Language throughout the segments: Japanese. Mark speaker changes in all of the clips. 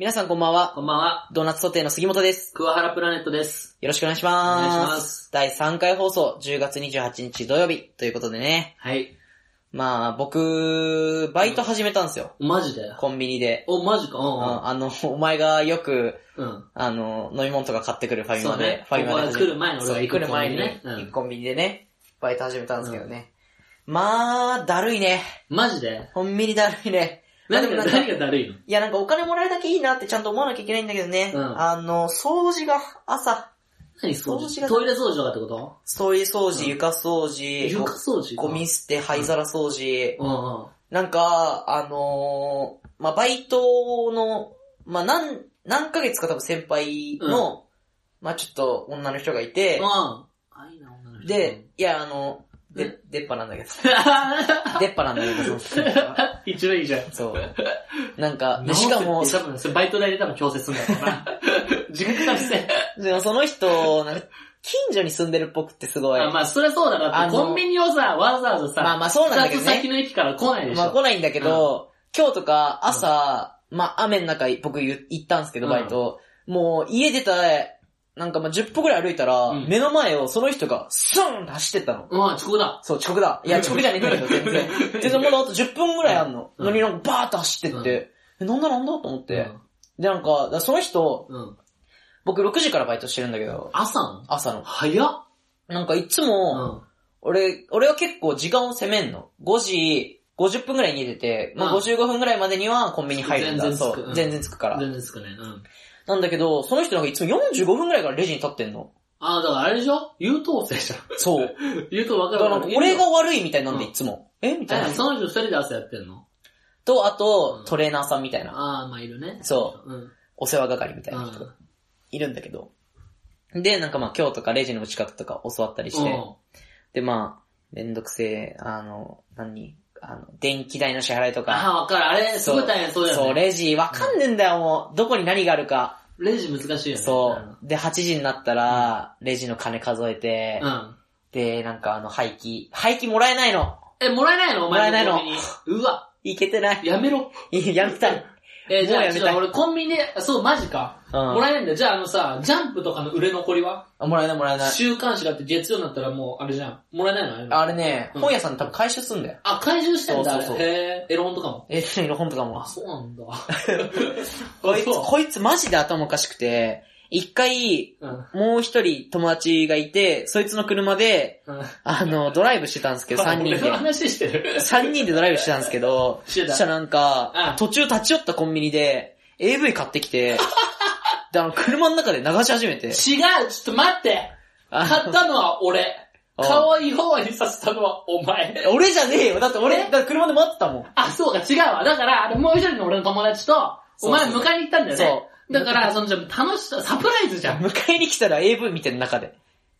Speaker 1: 皆さんこんばんは。
Speaker 2: こんばんは。
Speaker 1: ドーナツソテーの杉本です。
Speaker 2: クワハラプラネットです。
Speaker 1: よろしくお願いし
Speaker 2: お
Speaker 1: ます。
Speaker 2: 願いします。
Speaker 1: 第3回放送、10月28日土曜日ということでね。
Speaker 2: はい。
Speaker 1: まあ、僕、バイト始めたんですよ。
Speaker 2: マジで
Speaker 1: コンビニで。
Speaker 2: お、マジか。う
Speaker 1: うんんあの、お前がよく、
Speaker 2: うん。うん。
Speaker 1: あの、飲み物とか買ってくるファミマ
Speaker 2: そう
Speaker 1: で、
Speaker 2: ね
Speaker 1: ファミマで
Speaker 2: ここ
Speaker 1: 始め。
Speaker 2: が来る前の俺が行く
Speaker 1: そう来る前にね、
Speaker 2: コンビニねうん
Speaker 1: 行くコンビニでね、バイト始めたんですけどね。まあ、だるいね。
Speaker 2: マジで
Speaker 1: コンビニだるいね。まあ
Speaker 2: 何
Speaker 1: でもな
Speaker 2: が、
Speaker 1: んか
Speaker 2: 何がだるいの
Speaker 1: いや、なんかお金もらえるだけいいなってちゃんと思わなきゃいけないんだけどね。
Speaker 2: うん
Speaker 1: あの、掃除が朝、
Speaker 2: 何掃
Speaker 1: 掃除
Speaker 2: 除
Speaker 1: が
Speaker 2: トイレ掃除とかってこと
Speaker 1: トイレ掃除、
Speaker 2: うん
Speaker 1: 床掃除、
Speaker 2: 床掃除
Speaker 1: ゴミ捨て、灰皿掃除。
Speaker 2: うんうん。
Speaker 1: なんか、あのーまあ、バイトの、まあ、何、何ヶ月か多分先輩の、まあ、ちょっと女の人がいて
Speaker 2: うん。、あ、いいな、女の人。
Speaker 1: で、いや、あの、
Speaker 2: う
Speaker 1: で
Speaker 2: ん、
Speaker 1: 出っ歯なんだけど、
Speaker 2: う ん、
Speaker 1: 出っ歯なんだけど、その
Speaker 2: 一番いいじゃん。
Speaker 1: そう。なんか、でしかも、
Speaker 2: 多分、それバイト代で多分調整すんだろう な。時間かかるせ。
Speaker 1: でもその人、なんか、近所に住んでるっぽくってすごい。
Speaker 2: あまあ、そりゃそうだな。だ
Speaker 1: あ
Speaker 2: って
Speaker 1: の
Speaker 2: コンビニをさ、わざわ
Speaker 1: ま
Speaker 2: ざ
Speaker 1: あ
Speaker 2: さ、
Speaker 1: まあそうなんだけど
Speaker 2: 二つ
Speaker 1: ね。
Speaker 2: 先の駅から来ないでし
Speaker 1: まあ
Speaker 2: ょ。
Speaker 1: 来ないんだけど、今日とか朝、まあ雨の中僕ゆ行ったんですけど、
Speaker 2: うん
Speaker 1: バイト。もう家出た、なんかまあ10歩くらい歩いたら、
Speaker 2: うん
Speaker 1: 目の前をその人がスーンって走ってったの。
Speaker 2: うん、遅刻だ。
Speaker 1: そう、遅刻だ。いや、遅刻じゃねえんだけど、 全然。全然まだあと10分ぐらいあんの。
Speaker 2: うん
Speaker 1: のになんかバーッと走ってって、えなんだなんだと思って。で、なんか、だからその人、
Speaker 2: うん、うん。
Speaker 1: 僕6時からバイトしてるんだけど、
Speaker 2: 朝の
Speaker 1: 朝の。
Speaker 2: 早っ。
Speaker 1: なんかいつ
Speaker 2: う
Speaker 1: も、
Speaker 2: ん。
Speaker 1: 俺、俺は結構時間を攻めんの。5時、50分ぐらいに出て、まあ、
Speaker 2: うん
Speaker 1: 55分ぐらいまでにはコンビニ入るんだ。
Speaker 2: 全然つく
Speaker 1: そうう。
Speaker 2: ん
Speaker 1: 全然つくから。
Speaker 2: 全然ですかね。うん。
Speaker 1: なんだけど、その人なんかいつも45分ぐらいからレジに立ってんの。
Speaker 2: ああ、だからあれでしょ優等生 じゃん。
Speaker 1: そう。
Speaker 2: 優等分
Speaker 1: だ
Speaker 2: か
Speaker 1: から
Speaker 2: る
Speaker 1: なんか俺が悪いみたいなんでいつも。えみたい
Speaker 2: え、
Speaker 1: な。
Speaker 2: その人二人で朝やってんの
Speaker 1: と、あと
Speaker 2: う、ん
Speaker 1: トレーナーさんみたいな。
Speaker 2: ああ、まあいるね。
Speaker 1: そう。
Speaker 2: う。うん。
Speaker 1: お世話係みたいな人がいるんだけど。で、なんかまあ今日とかレジの打ち方とか教わったりして。で、まあ、めんどくせえ、あの、何あの、電気代の支払いとか。
Speaker 2: ああ、わかる。あれ、すごい大変そうだよね。
Speaker 1: そう、レジ、わかんねえんだよ、もう。どこに何があるか。
Speaker 2: レジ難しいよね。
Speaker 1: そう。で、8時になったら、レジの金数えて
Speaker 2: う、ん。
Speaker 1: で、なんかあの、廃棄。廃棄もらえないの。
Speaker 2: え、もらえないのお前
Speaker 1: もらえ
Speaker 2: コンビニうわ、
Speaker 1: いけてない。
Speaker 2: やめろ。
Speaker 1: いやめたい。
Speaker 2: え、じ
Speaker 1: も
Speaker 2: ゃ
Speaker 1: う
Speaker 2: あ、
Speaker 1: やめ
Speaker 2: ち
Speaker 1: たい
Speaker 2: ょっと俺コンビニで、そう、マジか。
Speaker 1: うん。
Speaker 2: もらえないんだよ。じゃあ、あのさ、ジャンプとかの売れ残りは
Speaker 1: あもらえない、もらえない。
Speaker 2: 週刊誌だって月曜になったらもう、あれじゃん。もらえないの
Speaker 1: あ
Speaker 2: あれ
Speaker 1: れね、
Speaker 2: うん
Speaker 1: 本屋さん多分回収すんだよ。
Speaker 2: あ、怪獣してんだ、あれ。
Speaker 1: そうそうそう
Speaker 2: へーエロ本とかも。
Speaker 1: え、何の本とかも
Speaker 2: あ、。そうなんだ。
Speaker 1: こ
Speaker 2: こ
Speaker 1: いつ、 こいつマジで頭おかしくて、一回、
Speaker 2: うん。
Speaker 1: もう一人友達がいて、そいつの車で、
Speaker 2: うん。
Speaker 1: あの、ドライブしてたんですけど、3人
Speaker 2: 俺の
Speaker 1: で。
Speaker 2: 話してる。
Speaker 1: 3人でドライブしてたんですけど、
Speaker 2: して
Speaker 1: そ
Speaker 2: た
Speaker 1: したらなんか
Speaker 2: う、ん
Speaker 1: 途中立ち寄ったコンビニで、AV 買ってき て、で、あの、車の中で流し始めて、
Speaker 2: 違うちょっと待って
Speaker 1: あ
Speaker 2: 買ったのは俺。
Speaker 1: うん
Speaker 2: 可愛い方にさせたのはお前。
Speaker 1: 俺じゃねえよだって俺、だ
Speaker 2: え
Speaker 1: って車で待ってたもん。
Speaker 2: あ、そうか、違うわ。だから、あれもう一人の俺の友達と、
Speaker 1: そう
Speaker 2: お前迎えに行ったんだよね。
Speaker 1: そう
Speaker 2: だから、その、じゃあ楽しさ、サプライズじゃん。
Speaker 1: 迎えに来たら AV 見てる中で。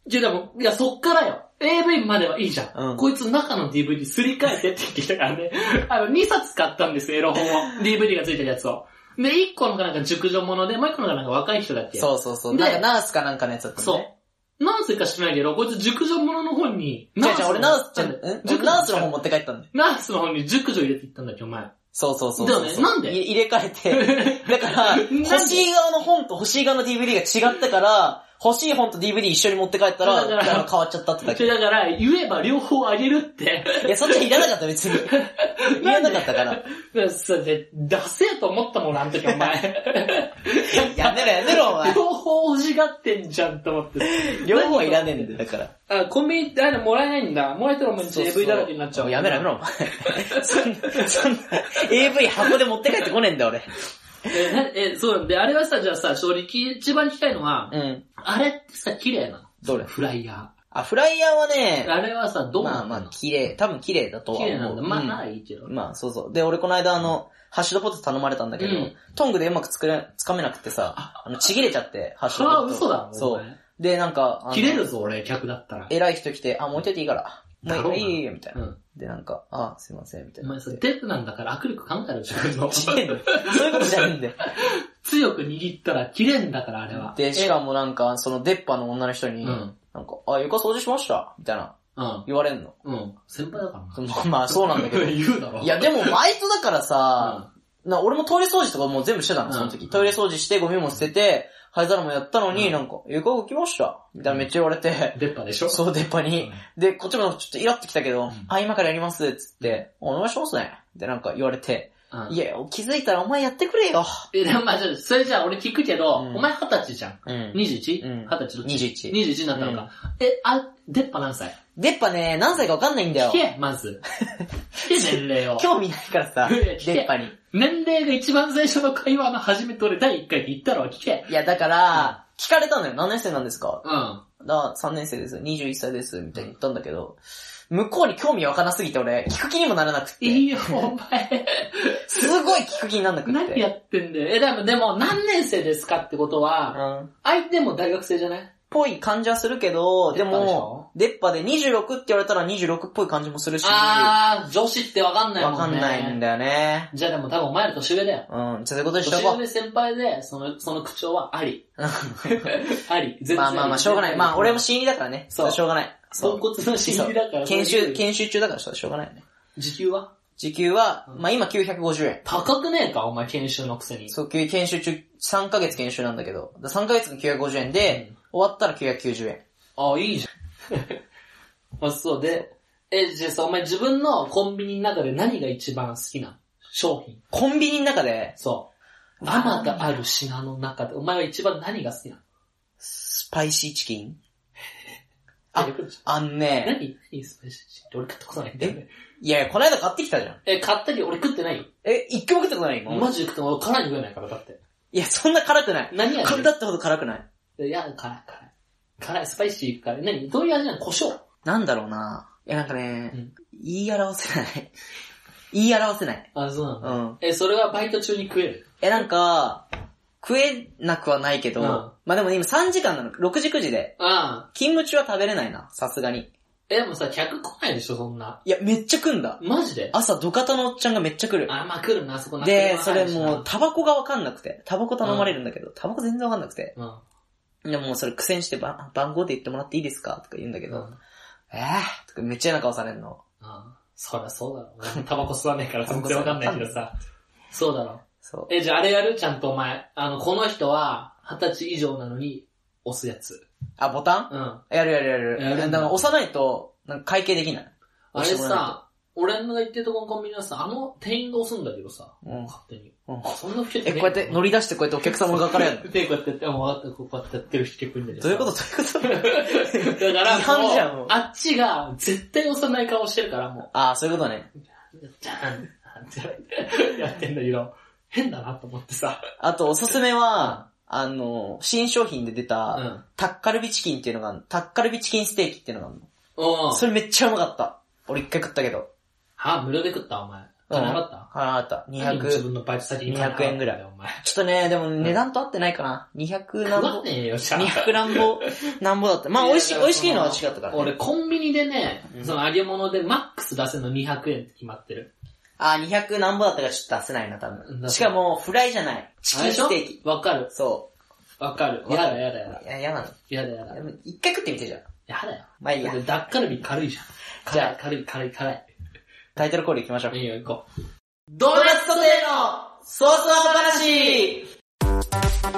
Speaker 2: じゃあでも、いや、そっからよ。AV まではいいじゃん。
Speaker 1: うん
Speaker 2: こいつ中の DVD すり替えてって言ってきたから ね。あの、2冊買ったんですよ、エロ本 を。DVD が付いてるやつを。で、1個のがなんか熟女もので、もう1個のがなんか若い人だっけ
Speaker 1: そうそうそう。
Speaker 2: で
Speaker 1: なんか、ナースかなんかのやつだったもんね。
Speaker 2: そう。何歳か知らないけど、こいつ熟女ものの本に、
Speaker 1: じゃじゃ俺ナース、じゃ、
Speaker 2: なん
Speaker 1: ん
Speaker 2: だよ
Speaker 1: 俺ナースの本持って帰ったんだよ。
Speaker 2: ナースの本に熟女入れていったんだっけ、お前。
Speaker 1: そうそうそう。
Speaker 2: だよね
Speaker 1: そう
Speaker 2: なんで
Speaker 1: い入れ替 えて。だから、
Speaker 2: んで
Speaker 1: 欲しい側の本と欲しい側の DVD が違ったから、欲しい本と DVD 一緒に持って帰ったら、
Speaker 2: そう
Speaker 1: な
Speaker 2: だ
Speaker 1: ん
Speaker 2: から
Speaker 1: か変わっちゃったってだ
Speaker 2: そ
Speaker 1: け。
Speaker 2: れだから、言えば両方あげ るって。
Speaker 1: いや、そっちはいらなかった別に。いらなかったから。
Speaker 2: だからそれで、出せえと思ったもん、あの時お前。
Speaker 1: やめろやめろお前。
Speaker 2: 両方欲しがってんじゃんと思って。
Speaker 1: 両方はいらねえんだよ、だから。
Speaker 2: あ、コンビニってあれもらえないんだ。もらえたらお前 AV だらけになっちゃう。
Speaker 1: やめろやめろ、お前。そんな、そんな、AV 箱で持って帰ってこねえんだ、俺。
Speaker 2: えなえ、そうなんで、あれはさ、じゃあさ、正直一番聞きたいのは、
Speaker 1: うん。
Speaker 2: あれってさ、綺麗な
Speaker 1: どれ
Speaker 2: のフライヤ
Speaker 1: あ、フライヤーは
Speaker 2: ー。
Speaker 1: ね、
Speaker 2: あれはさ、どうな
Speaker 1: まあ
Speaker 2: の
Speaker 1: まあ、綺麗、多分綺麗だとは
Speaker 2: 綺麗な
Speaker 1: 思
Speaker 2: ん
Speaker 1: う。
Speaker 2: だ。まあ、
Speaker 1: うん
Speaker 2: ならいいけど。
Speaker 1: まあ、そうそう。で、俺この間あの、ハッシュドポテト頼まれたんだけど、
Speaker 2: うん
Speaker 1: トングでうまく作れ、つかめなくてさ、あの、ちぎれちゃって、ハッシ
Speaker 2: そ
Speaker 1: ュ
Speaker 2: れは
Speaker 1: ドポテト。
Speaker 2: 嘘だもん。
Speaker 1: そ
Speaker 2: お
Speaker 1: う。
Speaker 2: 前
Speaker 1: で、なんか、あの
Speaker 2: 切れるぞ、俺、客だったら。
Speaker 1: 偉い人来て、あ、もう一いていいから。
Speaker 2: だ
Speaker 1: も
Speaker 2: ろ
Speaker 1: う
Speaker 2: うない
Speaker 1: いよ、みたいうな。
Speaker 2: ん。
Speaker 1: で、なんか、あ、すいません、みたい
Speaker 2: お
Speaker 1: な。
Speaker 2: 前さ、デブなんだから握力考えろ、自分の。
Speaker 1: ちげえんだよ そういうことじゃねえんだ よ。
Speaker 2: 強く握ったら切れんだから、あれは。
Speaker 1: で、しかもなんか、その出っ歯の女の人に、
Speaker 2: うん
Speaker 1: なんか、あ、床掃除しましたみたいな、
Speaker 2: うん。
Speaker 1: 言われんの。
Speaker 2: うん。先輩だからな。
Speaker 1: そのまあ、そうなんだけど。い
Speaker 2: 言うだろ。
Speaker 1: や、でも、バイトだからさ、な、俺もトイレ掃除とかもう全部してたの、その
Speaker 2: う
Speaker 1: 時。
Speaker 2: ん
Speaker 1: トイレ掃除して、ゴミも捨てて、灰皿もやったのに、
Speaker 2: うん
Speaker 1: なんか、床動きました。みたいなめっちゃ言われて、
Speaker 2: 出っ歯でしょ
Speaker 1: そう、出っ歯に。で、こっちもちょっとイラってきたけど、
Speaker 2: ん
Speaker 1: あ、今からやります、つって、お願いしますね。で、なんか言われて、
Speaker 2: うん。うん
Speaker 1: いや、気づいたらお前やってくれよ。
Speaker 2: え、でもまあ、それじゃあ俺聞くけど、
Speaker 1: うん
Speaker 2: お前二十歳じゃん。
Speaker 1: うん。
Speaker 2: 21?20、
Speaker 1: うん
Speaker 2: 20歳どっち
Speaker 1: 21
Speaker 2: 21になったのか。え、あ、出っ歯何歳
Speaker 1: 出っ歯ね、何歳かわかんないんだよ
Speaker 2: 聞。け、まず。聞け、年 齢を。
Speaker 1: 興味ないからさ、
Speaker 2: いや聞け
Speaker 1: 出っ歯に。
Speaker 2: 年齢が一番最初の会話の初めと俺第1回で言ったろ、聞け。
Speaker 1: いや、だから、聞かれたのよ。何年生なんですか
Speaker 2: うん。
Speaker 1: だ、3年生です。21歳です。みたいに言ったんだけど、向こうに興味わかなすぎて俺、聞く気にもならなくって。
Speaker 2: いいよ、お 前。
Speaker 1: すごい聞く気にならなくって。
Speaker 2: 何やってんだよ。え、でも、でも、何年生ですかってことは、
Speaker 1: うん。
Speaker 2: 相手も大学生じゃない
Speaker 1: ぽい感じはするけど、でも、出っ歯で26って言われたら26っぽい感じもするし、わ
Speaker 2: あー、女子ってわかんないもんね。
Speaker 1: かんないんだよね。
Speaker 2: じゃあでも多分お前ら年上だよ。
Speaker 1: うん、じゃあそういうことにしと
Speaker 2: 年
Speaker 1: こ
Speaker 2: 上先輩で、その、その口調は あり。あり。全
Speaker 1: う。
Speaker 2: 然
Speaker 1: まあまあまあ、しょうがない。まあ、俺も
Speaker 2: し、
Speaker 1: 新入りだからね。
Speaker 2: そう
Speaker 1: れしょうがない。
Speaker 2: 豚骨の心理だから。
Speaker 1: 研
Speaker 2: そうい
Speaker 1: 修、
Speaker 2: う
Speaker 1: 研修中だからそうしょうがないよね。
Speaker 2: 時給は
Speaker 1: 時給は、
Speaker 2: うん
Speaker 1: まあ今950円。
Speaker 2: 高くねえか、お前研修のくせに。
Speaker 1: そう、研修中、3ヶ月研修なんだけど、だ3ヶ月が950円で、
Speaker 2: うん
Speaker 1: 終わったら990円。
Speaker 2: あ、いいじゃん。 あ、そうで、え、じゃあさ、お前自分のコンビニの中で何が一番好きな商品
Speaker 1: コンビニの中で、
Speaker 2: そう。あまがある品の中で、お前は一番何が好きなの
Speaker 1: スパイシーチキンあ
Speaker 2: え
Speaker 1: あんね、
Speaker 2: 何何スパイシーチキンって俺食ったことないんだよね。
Speaker 1: いやいや、この間買ってきたじゃん。
Speaker 2: え、買ったり俺食ってないよ。
Speaker 1: え、一回も食ったことない今まで
Speaker 2: マジで食っても俺辛いの食えないから、だって。
Speaker 1: いや、そんな辛くない。
Speaker 2: 何味
Speaker 1: だってほど辛くない。
Speaker 2: いや、辛い、辛い。辛い、スパイシー辛い。何どういう味なの胡椒
Speaker 1: なんだろうないや、なんかね、
Speaker 2: うん
Speaker 1: 言い表せない。 言い表せない。
Speaker 2: あ、そうなの、
Speaker 1: うん。
Speaker 2: え、それはバイト中に食える
Speaker 1: え、なんか、食えなくはないけど、
Speaker 2: うん
Speaker 1: まあでもね今3時間なの、6時9時で。
Speaker 2: ああ。
Speaker 1: 勤務中は食べれないな、さすがに。
Speaker 2: え、でもさ、客来ないでしょ、そんな。
Speaker 1: いや、めっちゃ食うんだ。
Speaker 2: マジで
Speaker 1: 朝、土方のおっちゃんがめっちゃ来る。
Speaker 2: あ、まあ来るな、あそこな
Speaker 1: で、それもう、
Speaker 2: う、
Speaker 1: タバコがわかんなくて。タバコ頼まれるんだけど、タバコ全然わかんなくて。
Speaker 2: うん。
Speaker 1: でももうそれ苦戦してば番号で言ってもらっていいですかとか言うんだけど、えぇ、ー、とかめっちゃ嫌な顔されるの。
Speaker 2: うんそりゃそうだろう な。タバコ吸わないから全然わかんないけどさ。そうだろ
Speaker 1: そう
Speaker 2: う。。え、じゃああれやるちゃんとお前。あの、この人は、二十歳以上なのに、押すやつ。
Speaker 1: あ、ボタン
Speaker 2: うん。
Speaker 1: やるやるやる。
Speaker 2: やるんだ
Speaker 1: だから押さないと、なんか会計できない。
Speaker 2: あれ
Speaker 1: 押してもらわない
Speaker 2: さ、俺の言ってるとこのコンビニはさ、あの店員が押すんだけどさ、
Speaker 1: と、うん
Speaker 2: 勝手に。
Speaker 1: うん
Speaker 2: そんな不
Speaker 1: え、こうやって乗り出してこうやってお客様側から やるの
Speaker 2: 手こうやってやって、もうわかったこうやってやってる人結構いるんだけど
Speaker 1: ど
Speaker 2: さ。
Speaker 1: ういうことどういうこと
Speaker 2: だから、
Speaker 1: 違反じゃん
Speaker 2: もう
Speaker 1: もう
Speaker 2: あっちが絶対押さない顔してるから、も
Speaker 1: あー、そういうことね。
Speaker 2: う、じゃーんってやってんだけど、変だなと思ってさ。
Speaker 1: あと、おすすめは、あの、新商品で出た、
Speaker 2: うん。
Speaker 1: タッカルビチキンっていうのがあるのタッカルビチキンステーキっていうのがあるの。
Speaker 2: お
Speaker 1: それめっちゃうまかった。俺一回食ったけど。
Speaker 2: は無料で食ったお前。金なかった
Speaker 1: あなた、
Speaker 2: 何自
Speaker 1: 200。
Speaker 2: 分のバイト先に
Speaker 1: 200円ぐらい
Speaker 2: 金払ったんだよお前。
Speaker 1: ちょっとね、でも値段と合ってないかな。200なん
Speaker 2: 食わ
Speaker 1: ぼ。
Speaker 2: ねえよ、シャ
Speaker 1: 200なんぼ、なんぼだった。 まあ、美味しい、美味しいのは違ったから、ね。
Speaker 2: 俺、コンビニでね
Speaker 1: う、ん
Speaker 2: その揚げ物でマックス出せるの200円って決まってる。
Speaker 1: あー、200なんぼだったからちょっと出せないな、多
Speaker 2: うん出せな
Speaker 1: 分。
Speaker 2: い
Speaker 1: しかも、フライじゃない。チ
Speaker 2: あ
Speaker 1: キ
Speaker 2: れ
Speaker 1: ン
Speaker 2: でしょ
Speaker 1: ステーキ。
Speaker 2: わかる。
Speaker 1: そ
Speaker 2: わかる。
Speaker 1: う。
Speaker 2: やだやだやだ。
Speaker 1: いや、嫌なの。
Speaker 2: やだやだ。
Speaker 1: で
Speaker 2: や
Speaker 1: も一回食ってみてじゃん。
Speaker 2: だよ。
Speaker 1: まあいいや
Speaker 2: だって。ダッカルビ軽いじゃん。
Speaker 1: じ
Speaker 2: 辛
Speaker 1: ゃ
Speaker 2: い、軽い、軽い、辛い。
Speaker 1: タイトルコール行きましょう。
Speaker 2: いいよ、行こう。ド
Speaker 1: ド
Speaker 2: ー
Speaker 1: ーナツ
Speaker 2: ナツ
Speaker 1: ソ
Speaker 2: ソ
Speaker 1: テ
Speaker 2: テ
Speaker 1: ーのソースワ話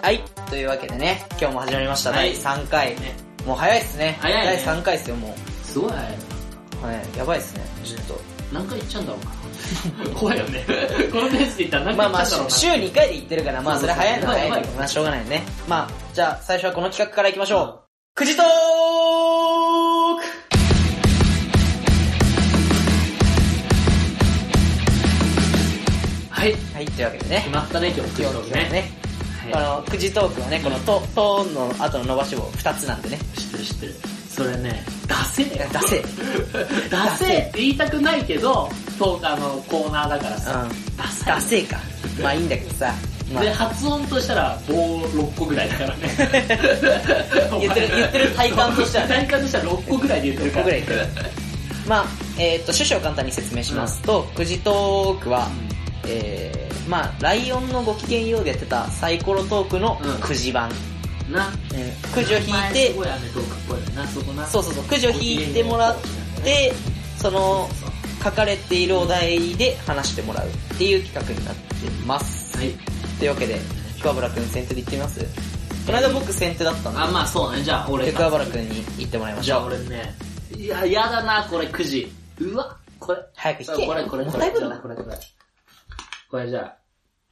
Speaker 1: はい。というわけでね、今日も始まりました、
Speaker 2: はい
Speaker 1: 第3回。
Speaker 2: ね
Speaker 1: もう早いっすね。
Speaker 2: 早いね
Speaker 1: 第3回っすよ、も
Speaker 2: すごい早いな。
Speaker 1: う。はい、やばいっすね、ちょっと。
Speaker 2: 何回行っちゃうんだろうな。 怖いよね。このペースで行ったら何
Speaker 1: まあ
Speaker 2: 回行
Speaker 1: ま
Speaker 2: っ
Speaker 1: あ、
Speaker 2: ちゃうんだろうな。
Speaker 1: 週2回で言ってるから、まあそれ早いのは
Speaker 2: そうそう
Speaker 1: 早いけど、まあしょうがないね。まあ、じゃあ最初はこの企画から行きましょ
Speaker 2: うん
Speaker 1: う。くじトーク
Speaker 2: はい。
Speaker 1: はい、というわけで
Speaker 2: 決
Speaker 1: ね。
Speaker 2: まったね、今日。
Speaker 1: 今日
Speaker 2: ね。
Speaker 1: ね、
Speaker 2: はい
Speaker 1: このくじトークはね、このと、との後の伸ばし棒2つなんでね。
Speaker 2: 知ってる知ってる。それね、出せ
Speaker 1: い
Speaker 2: よ
Speaker 1: や出せ。うん。
Speaker 2: ダセーって言いたくないけど、トーカーのコーナーだからさ、ダサい
Speaker 1: 出せか。まあいいんだけどさ。まあ
Speaker 2: で、、発音としたら棒6個ぐらいだ からね。
Speaker 1: 言ってる言ってる体感としてはね
Speaker 2: 体感としては6個ぐらいで言ってるか
Speaker 1: 6個
Speaker 2: ら。
Speaker 1: ぐらい言ってまあ、えっ、と、趣旨を簡単に説明しますと、くじトークは、えー、まあ、ライオンのご機嫌ようでやってたサイコロトークの
Speaker 2: うん
Speaker 1: くじ版。
Speaker 2: んな。
Speaker 1: うん、くじを引い
Speaker 2: 前
Speaker 1: て
Speaker 2: す、ごい雨トークっぽいよな、そこな。
Speaker 1: そうそうそう、くじを引いてもらって、その、
Speaker 2: そう
Speaker 1: 書かれているお題で話してもらうっていう企画になってます。
Speaker 2: はい。
Speaker 1: というわけで、桑原くん先手で行ってみますこの間僕先手だったんで
Speaker 2: あ、まあそうね、じゃあ、俺
Speaker 1: で、
Speaker 2: か
Speaker 1: 桑原くんに行ってもらいまし
Speaker 2: じゃ
Speaker 1: ょ
Speaker 2: あ
Speaker 1: う。
Speaker 2: 俺ね、いや、やだな、これくじ。うわ、これ。
Speaker 1: 早く引け。
Speaker 2: これこれ
Speaker 1: もっ
Speaker 2: こ
Speaker 1: た
Speaker 2: れ
Speaker 1: いぶ
Speaker 2: こ
Speaker 1: る
Speaker 2: れ
Speaker 1: な。
Speaker 2: これこれ。これじゃあ、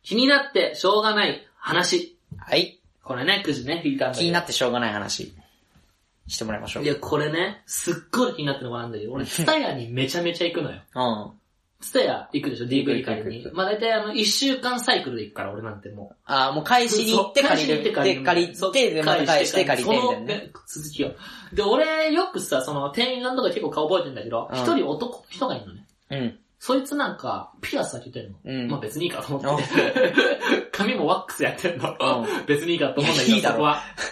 Speaker 2: 気になってしょうがない話。
Speaker 1: はい。
Speaker 2: これね、くじね、引いたんだけど
Speaker 1: 気になってしょうがない話、してもらいましょう。
Speaker 2: いや、これね、すっごい気になってるのがあるんだけど、俺、ツタヤにめちゃめちゃ行くのよ。
Speaker 1: うん。
Speaker 2: ツタヤ行くでしょ、
Speaker 1: く
Speaker 2: DVD
Speaker 1: 行く
Speaker 2: 借
Speaker 1: 行く
Speaker 2: りに
Speaker 1: 行。く
Speaker 2: まあ大体あの、一週間サイクルで行くから、俺なんてもう。
Speaker 1: あー、もう返しに行って借りる。で、借り
Speaker 2: そう
Speaker 1: て、で、また返して借りて、みたいなね。
Speaker 2: その続きを。で、俺、よくさ、その、店員さんとか結構顔覚えてんだけど、
Speaker 1: うん
Speaker 2: 一、人男の人がいるのね。
Speaker 1: うん。
Speaker 2: そいつなんか、ピアス開けてんの。
Speaker 1: うん
Speaker 2: まあ別にいいかと
Speaker 1: う
Speaker 2: 思って。髪もワックスやってんの。
Speaker 1: う
Speaker 2: 別にいいかと思うんだけ
Speaker 1: いやい
Speaker 2: ど、
Speaker 1: いだろ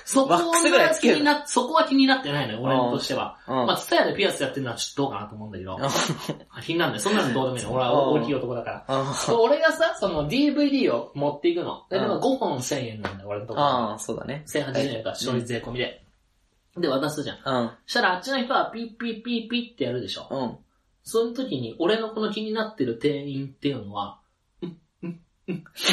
Speaker 2: そこは。そこ
Speaker 1: ワックスぐらい
Speaker 2: は
Speaker 1: つ
Speaker 2: 気
Speaker 1: けろ
Speaker 2: にな、そこは気になってないのよ、俺としては。
Speaker 1: ん。うん
Speaker 2: まあ、ツタヤでピアスやってるのはちょっとどうかなと思うんだけど、気になるんだよ。そんなのどうでもいいの。俺は
Speaker 1: うん
Speaker 2: 大きい男だから。
Speaker 1: う
Speaker 2: そう俺がさ、その DVD を持っていくの。で、
Speaker 1: うん
Speaker 2: でも5本1000円なんだよ、俺のと
Speaker 1: ん。
Speaker 2: ころ。
Speaker 1: あー、そうだね。
Speaker 2: 1080円か、消費税込みで。で、渡すじゃん。
Speaker 1: うん。
Speaker 2: そしたらあっちの人はピッピッピッピッってやるでしょ。
Speaker 1: うん。
Speaker 2: その時に、俺のこの気になってる店員っていうのは、うん、うん、うん、
Speaker 1: そう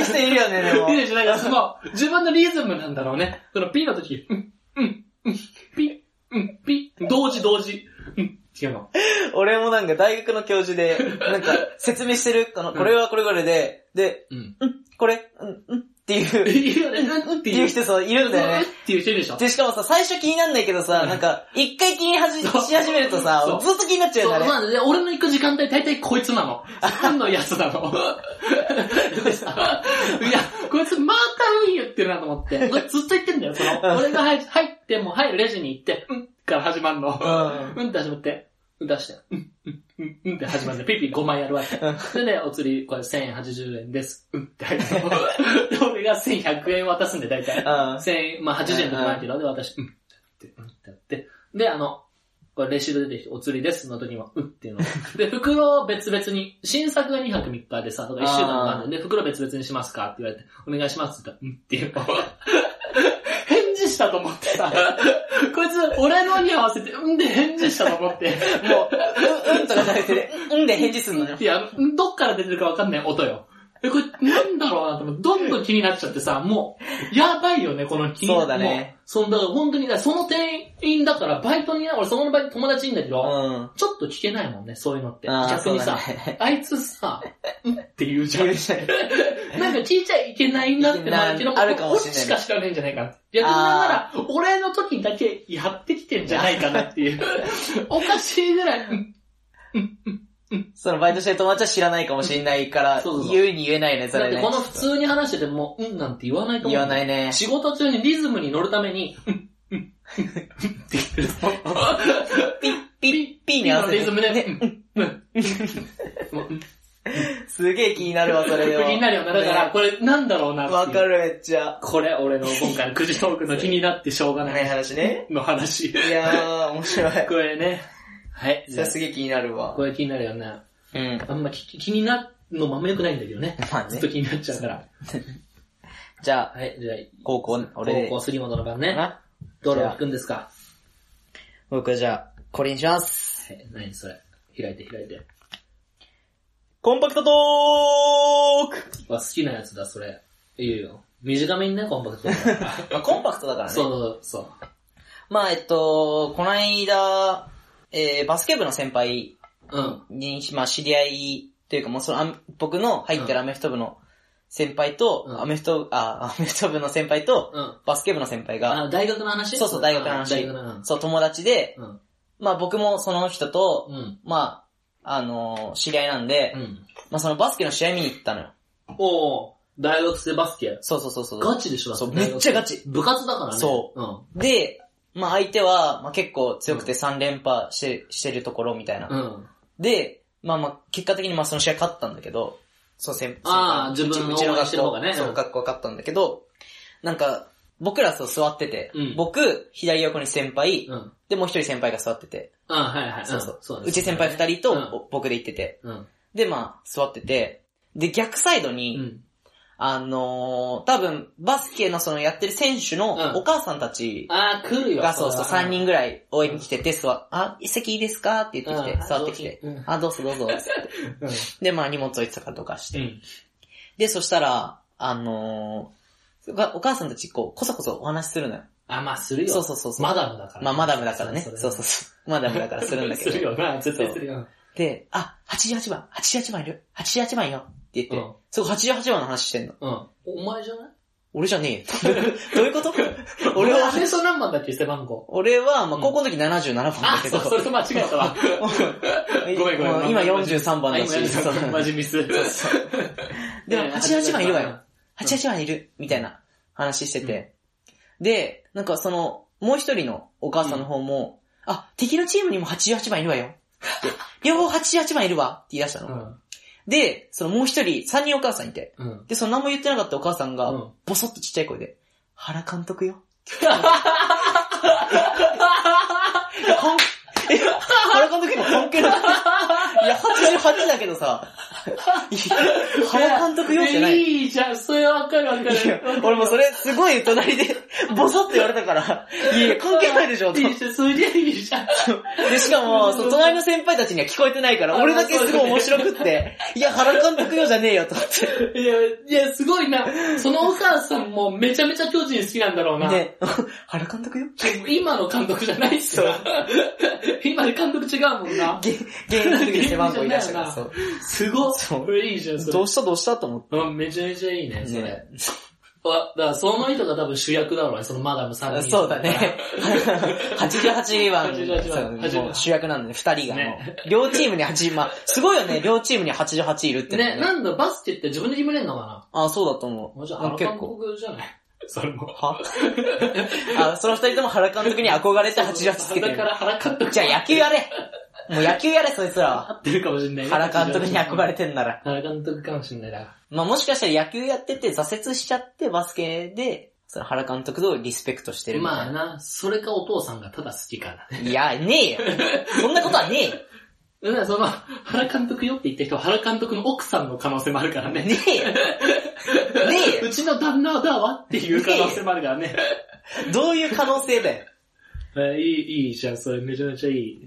Speaker 1: いう人いるよね、でも
Speaker 2: いい。でしょ、なんかその、自分のリズムなんだろうね。その、ピの時、うん、うん、うん、ピ、うん、ピ、同時同時、うん、違うの。
Speaker 1: 俺もなんか大学の教授で、なん か説明してる、この、これはこれこれで、で、
Speaker 2: うん。
Speaker 1: これ、うん、うんっていう、 っ
Speaker 2: いるよね、うん、って
Speaker 1: て
Speaker 2: い
Speaker 1: いうう人そう、いるんだよ
Speaker 2: うん
Speaker 1: ね。
Speaker 2: っていう人いるでしょ。
Speaker 1: で、しかもさ、最初気になんないけどさ、なんか、一回気にはじし
Speaker 2: そう
Speaker 1: 始めると
Speaker 2: そ
Speaker 1: さ
Speaker 2: う、
Speaker 1: ずっと気になっちゃ
Speaker 2: そうう、
Speaker 1: んだね。
Speaker 2: まあ、で俺の行く時間帯大体こいつなの。自分のやつなの。でさいや、こいつまたうん言ってるなと思って。これずっと言ってんだよ、その。俺が入入っても、はい、レジに行って、うんから始まんの。
Speaker 1: うん
Speaker 2: うんって始まって、うん出して、うん、うん、うん、うんって始まって、ピッピ5枚やるわけ。
Speaker 1: うん
Speaker 2: それで、お釣り、これ1080円です。うんって入ってで俺が1100円渡すんで、大体。
Speaker 1: うん。
Speaker 2: 千円、まあ80円とかないけど、で、私、うんってやって、うんってやって。で、あの、これレシート出てきて、お釣りですの時には、うんっていうの。で、袋を別々に、新作が2泊3日でさ、とか1週間とかあるんで、で袋別々にしますかって言われて、お願いしますって言ったら、うんっていうの。 返事したと思ってさ、こいつ、俺のに合わせて、うんで返事したと思って、
Speaker 1: もう、うん、うんとかじゃなくて、 うんで返事すんのよ
Speaker 2: い。や、どっから出てるかわかんない音よ。え、これ、なんだろうなと思って、どんどん気になっちゃってさ、もう、やばいよね、この気にな
Speaker 1: そうだね。
Speaker 2: もうそんだから本当に、だからその店員だから、バイトにな、俺そこのバイト友達いいんだけ
Speaker 1: う
Speaker 2: ど、
Speaker 1: ん。
Speaker 2: ちょっと聞けないもんね、そういうのって。
Speaker 1: あー
Speaker 2: 逆にさ、
Speaker 1: そうだね
Speaker 2: あいつさ、うんって言うじゃ
Speaker 1: 許
Speaker 2: ん。なんか
Speaker 1: せない
Speaker 2: 聞いちゃいけないなって、
Speaker 1: な
Speaker 2: 周りの
Speaker 1: あるかもしれない
Speaker 2: 俺しか知らないんじゃないかな。逆にながら、俺の時だけやってきてんじゃないかなっていう。 おかしいぐらい、うん
Speaker 1: そのバイトしてる友達は知らないかもしれないから
Speaker 2: そうそう、そう
Speaker 1: 言うに言えないよね、そ
Speaker 2: だっ
Speaker 1: れ
Speaker 2: て
Speaker 1: ね
Speaker 2: こ。の普通に話してても、うんなんて言わないと思う。
Speaker 1: 言わないね。
Speaker 2: 仕事中にリズムに乗るために、うん、うん、うんって言っ てると思う。
Speaker 1: ピッピーに合わせ
Speaker 2: リズ
Speaker 1: て。
Speaker 2: ムでね、うん、うん、もううん。
Speaker 1: すげえ気になるわ、それでも。
Speaker 2: 気になるよな。だから、
Speaker 1: ね
Speaker 2: これなんだろうなっていう
Speaker 1: わかる、めっちゃ。
Speaker 2: これ俺の今回のくじトークの気になってしょうがな
Speaker 1: ない
Speaker 2: い
Speaker 1: 話ね。
Speaker 2: の話。
Speaker 1: いやー、面白い。
Speaker 2: これね。はい。
Speaker 1: それすげえ気になるわ
Speaker 2: こ。れ気になるよね。
Speaker 1: うん。
Speaker 2: あんま気気になるのもあんま良くないんだけどね。
Speaker 1: まあ
Speaker 2: ずっ
Speaker 1: ね
Speaker 2: と。気になっちゃうから。
Speaker 1: じゃあ、
Speaker 2: はい、じゃあ、
Speaker 1: 高校、俺
Speaker 2: 俺、
Speaker 1: で
Speaker 2: 高校。杉本の番
Speaker 1: か
Speaker 2: ね。
Speaker 1: な
Speaker 2: どれを聞くんですか
Speaker 1: 僕はじゃあ、これにします。
Speaker 2: はい、何それ。開いて開いて。
Speaker 1: コンパクトトーク
Speaker 2: は好きなやつだ、それ。いいよ。短めにね、コンパク トだから
Speaker 1: まあコンパクトだからね。
Speaker 2: そうそうそう。
Speaker 1: まあ、えっと、この間、えー、バスケ部の先輩
Speaker 2: うん。
Speaker 1: に、まあ、知り合いというか、もうそのアメ、僕の入ってるアメフト部の先輩と、
Speaker 2: うん
Speaker 1: アメフト、あ、アメフト部の先輩と、
Speaker 2: うん。
Speaker 1: バスケ部の先輩が、
Speaker 2: あ、大学の話
Speaker 1: そうそう、大学の話、
Speaker 2: 大学の話。
Speaker 1: そう、友達で、
Speaker 2: うん。
Speaker 1: まあ、僕もその人と、
Speaker 2: うん。
Speaker 1: まあ、あのー知り合いなんで、
Speaker 2: うん。
Speaker 1: まあ、そのバスケの試合見に行ったのよ。
Speaker 2: おお大学生バスケ。
Speaker 1: そうそうそうそう。
Speaker 2: ガチでしょ、だて
Speaker 1: そうめっちゃガチ。
Speaker 2: 部活だからね。。
Speaker 1: そう
Speaker 2: うん。
Speaker 1: で、まあ、相手は、まあ、結構強くて3連覇して、してるところみたいな。
Speaker 2: うん。
Speaker 1: で、まあまあ、結果的にまあその試合勝ったんだけど、そう、先先
Speaker 2: あー
Speaker 1: うち
Speaker 2: 自分の
Speaker 1: うち
Speaker 2: 応援してる方がね
Speaker 1: そうう、
Speaker 2: ん
Speaker 1: 学校勝ったんだけど、なんか、僕らそう座ってて、
Speaker 2: うん
Speaker 1: 僕、左横に先輩、
Speaker 2: うん。うん、
Speaker 1: で、もう一人先輩が座ってて、
Speaker 2: はいはい。ん
Speaker 1: そうそう。
Speaker 2: そう
Speaker 1: ち先輩二人
Speaker 2: う
Speaker 1: と、
Speaker 2: ん
Speaker 1: お僕で行ってて、
Speaker 2: うん。
Speaker 1: で、まあ、座ってて、で、逆サイドに、
Speaker 2: うん。
Speaker 1: あのー、多分、バスケのそのやってる選手
Speaker 2: うん
Speaker 1: のお母さんたち
Speaker 2: あー、来るよ。
Speaker 1: が、そうそう、3人
Speaker 2: ぐ
Speaker 1: ぐらい応援に来てて、座、あ、席いいですかって言ってき
Speaker 2: うん
Speaker 1: て、座ってきて
Speaker 2: うん、
Speaker 1: あ、どうぞどうぞ。つって
Speaker 2: らい。
Speaker 1: で、まあ荷物置いてたかとかし
Speaker 2: う
Speaker 1: て。
Speaker 2: ん。
Speaker 1: で、そしたら、あのー、がお母さんたち、こう、こそこそお話しするのよ。
Speaker 2: あ、まあ、するよ。
Speaker 1: そうそうそうそう。
Speaker 2: マダムだから。
Speaker 1: まあ、マダムだからね。そう
Speaker 2: れ
Speaker 1: そうそう。マダムだからするんだけ
Speaker 2: する
Speaker 1: ど。
Speaker 2: よな、絶対するよ。
Speaker 1: で、あ、88番、88番いる ?88 番よって言って、
Speaker 2: うん
Speaker 1: そう、88番の話してんの。
Speaker 2: うん。お前じゃない
Speaker 1: 俺じゃねえよ。 どういうこと俺
Speaker 2: は、
Speaker 1: は
Speaker 2: アメソ何番だっけ背番号。
Speaker 1: 俺は、まあ、高校の時77番
Speaker 2: あ
Speaker 1: だ、け
Speaker 2: そ
Speaker 1: ど、
Speaker 2: う、それ間違えたわ。ごめんごめん
Speaker 1: もう今43番だ
Speaker 2: あ今
Speaker 1: し、そう
Speaker 2: マジミス。
Speaker 1: でも88番いるわよ。88番いる、みたいな話してて。で、なんかその、もう一人のお母さんの方も、あ、敵のチームにも88番いるわよ。って両方88番いるわって言い出した
Speaker 2: う
Speaker 1: の。
Speaker 2: ん。
Speaker 1: で、そのもう一人、三人お母さんいて。
Speaker 2: うん。
Speaker 1: で、その何も言ってなかったお母さん
Speaker 2: う
Speaker 1: が
Speaker 2: ん、
Speaker 1: ボソッとちっちゃい声で、原監督よ。いや、本え原監督今本気だいや、88だけどさ。いや原監督よじゃない。い
Speaker 2: いいじゃん、それわかるわか
Speaker 1: や
Speaker 2: る。、
Speaker 1: 俺もうそれすごい隣で、ボソって言われたから、いやいや、関係ないでしょ、と
Speaker 2: いいじゃん、すげえいいじゃん。
Speaker 1: で、しかも、その隣の先輩たちには聞こえてないから、俺だけすごい面白くって、いや、原監督よじゃねえよ、と思って。
Speaker 2: いや、いや、すごいな。そのお母さんもめちゃめちゃ巨人好きなんだろうな。
Speaker 1: ね、原監督よ
Speaker 2: 今の監督じゃないっすよ。 今の監督違うもんな。
Speaker 1: げ現役で背番号いらっしゃるから
Speaker 2: 現
Speaker 1: そ
Speaker 2: 役
Speaker 1: う。
Speaker 2: すごい。
Speaker 1: そう
Speaker 2: これいいじゃん、それ
Speaker 1: どうしたどうしたと思っ
Speaker 2: うん、めちゃめちゃいいね、
Speaker 1: て
Speaker 2: それ。
Speaker 1: ね。
Speaker 2: あ、だからその人が多分主役だろうね、そのマダムさんに。
Speaker 1: そうだ ね。88番
Speaker 2: 88番
Speaker 1: そうもう主役なんで、ね、2人がもう、
Speaker 2: ね
Speaker 1: 両チームに8、まあ、すごいよね、両チームに88いるっての
Speaker 2: ね、なんだ、バスケって自分で決めれんのかな
Speaker 1: あ、そうだと思
Speaker 2: も
Speaker 1: う。
Speaker 2: うじゃ
Speaker 1: な
Speaker 2: あ、
Speaker 1: んか
Speaker 2: 結
Speaker 1: 結構。
Speaker 2: 構。じゃないそれも。
Speaker 1: は あ、その二人とも原監督に憧れて88つけて
Speaker 2: だか
Speaker 1: る。
Speaker 2: ら原監督
Speaker 1: じゃあ野球やれもう野球やれ、そいつらは。
Speaker 2: 合ってるかもしん ないね。
Speaker 1: 原監督に憧れてんなら。
Speaker 2: 原監督かもしんないな。
Speaker 1: まあもしかしたら野球やってて挫折しちゃってバスケで、その原監督とリスペクトしてるみたい
Speaker 2: ま
Speaker 1: な
Speaker 2: あな、それかお父さんがただ好きかだね。
Speaker 1: いや、ねえよ。そんなことはねえよ。
Speaker 2: だからその、原監督よって言った人は原監督の奥さんの可能性もあるからね。
Speaker 1: ねえよ。ねえ
Speaker 2: う
Speaker 1: よ。
Speaker 2: ちの旦那だわっていう可能性もあるからね。
Speaker 1: どういう可能性だよ。
Speaker 2: えいい、いいじゃん、それめちゃめちゃいい。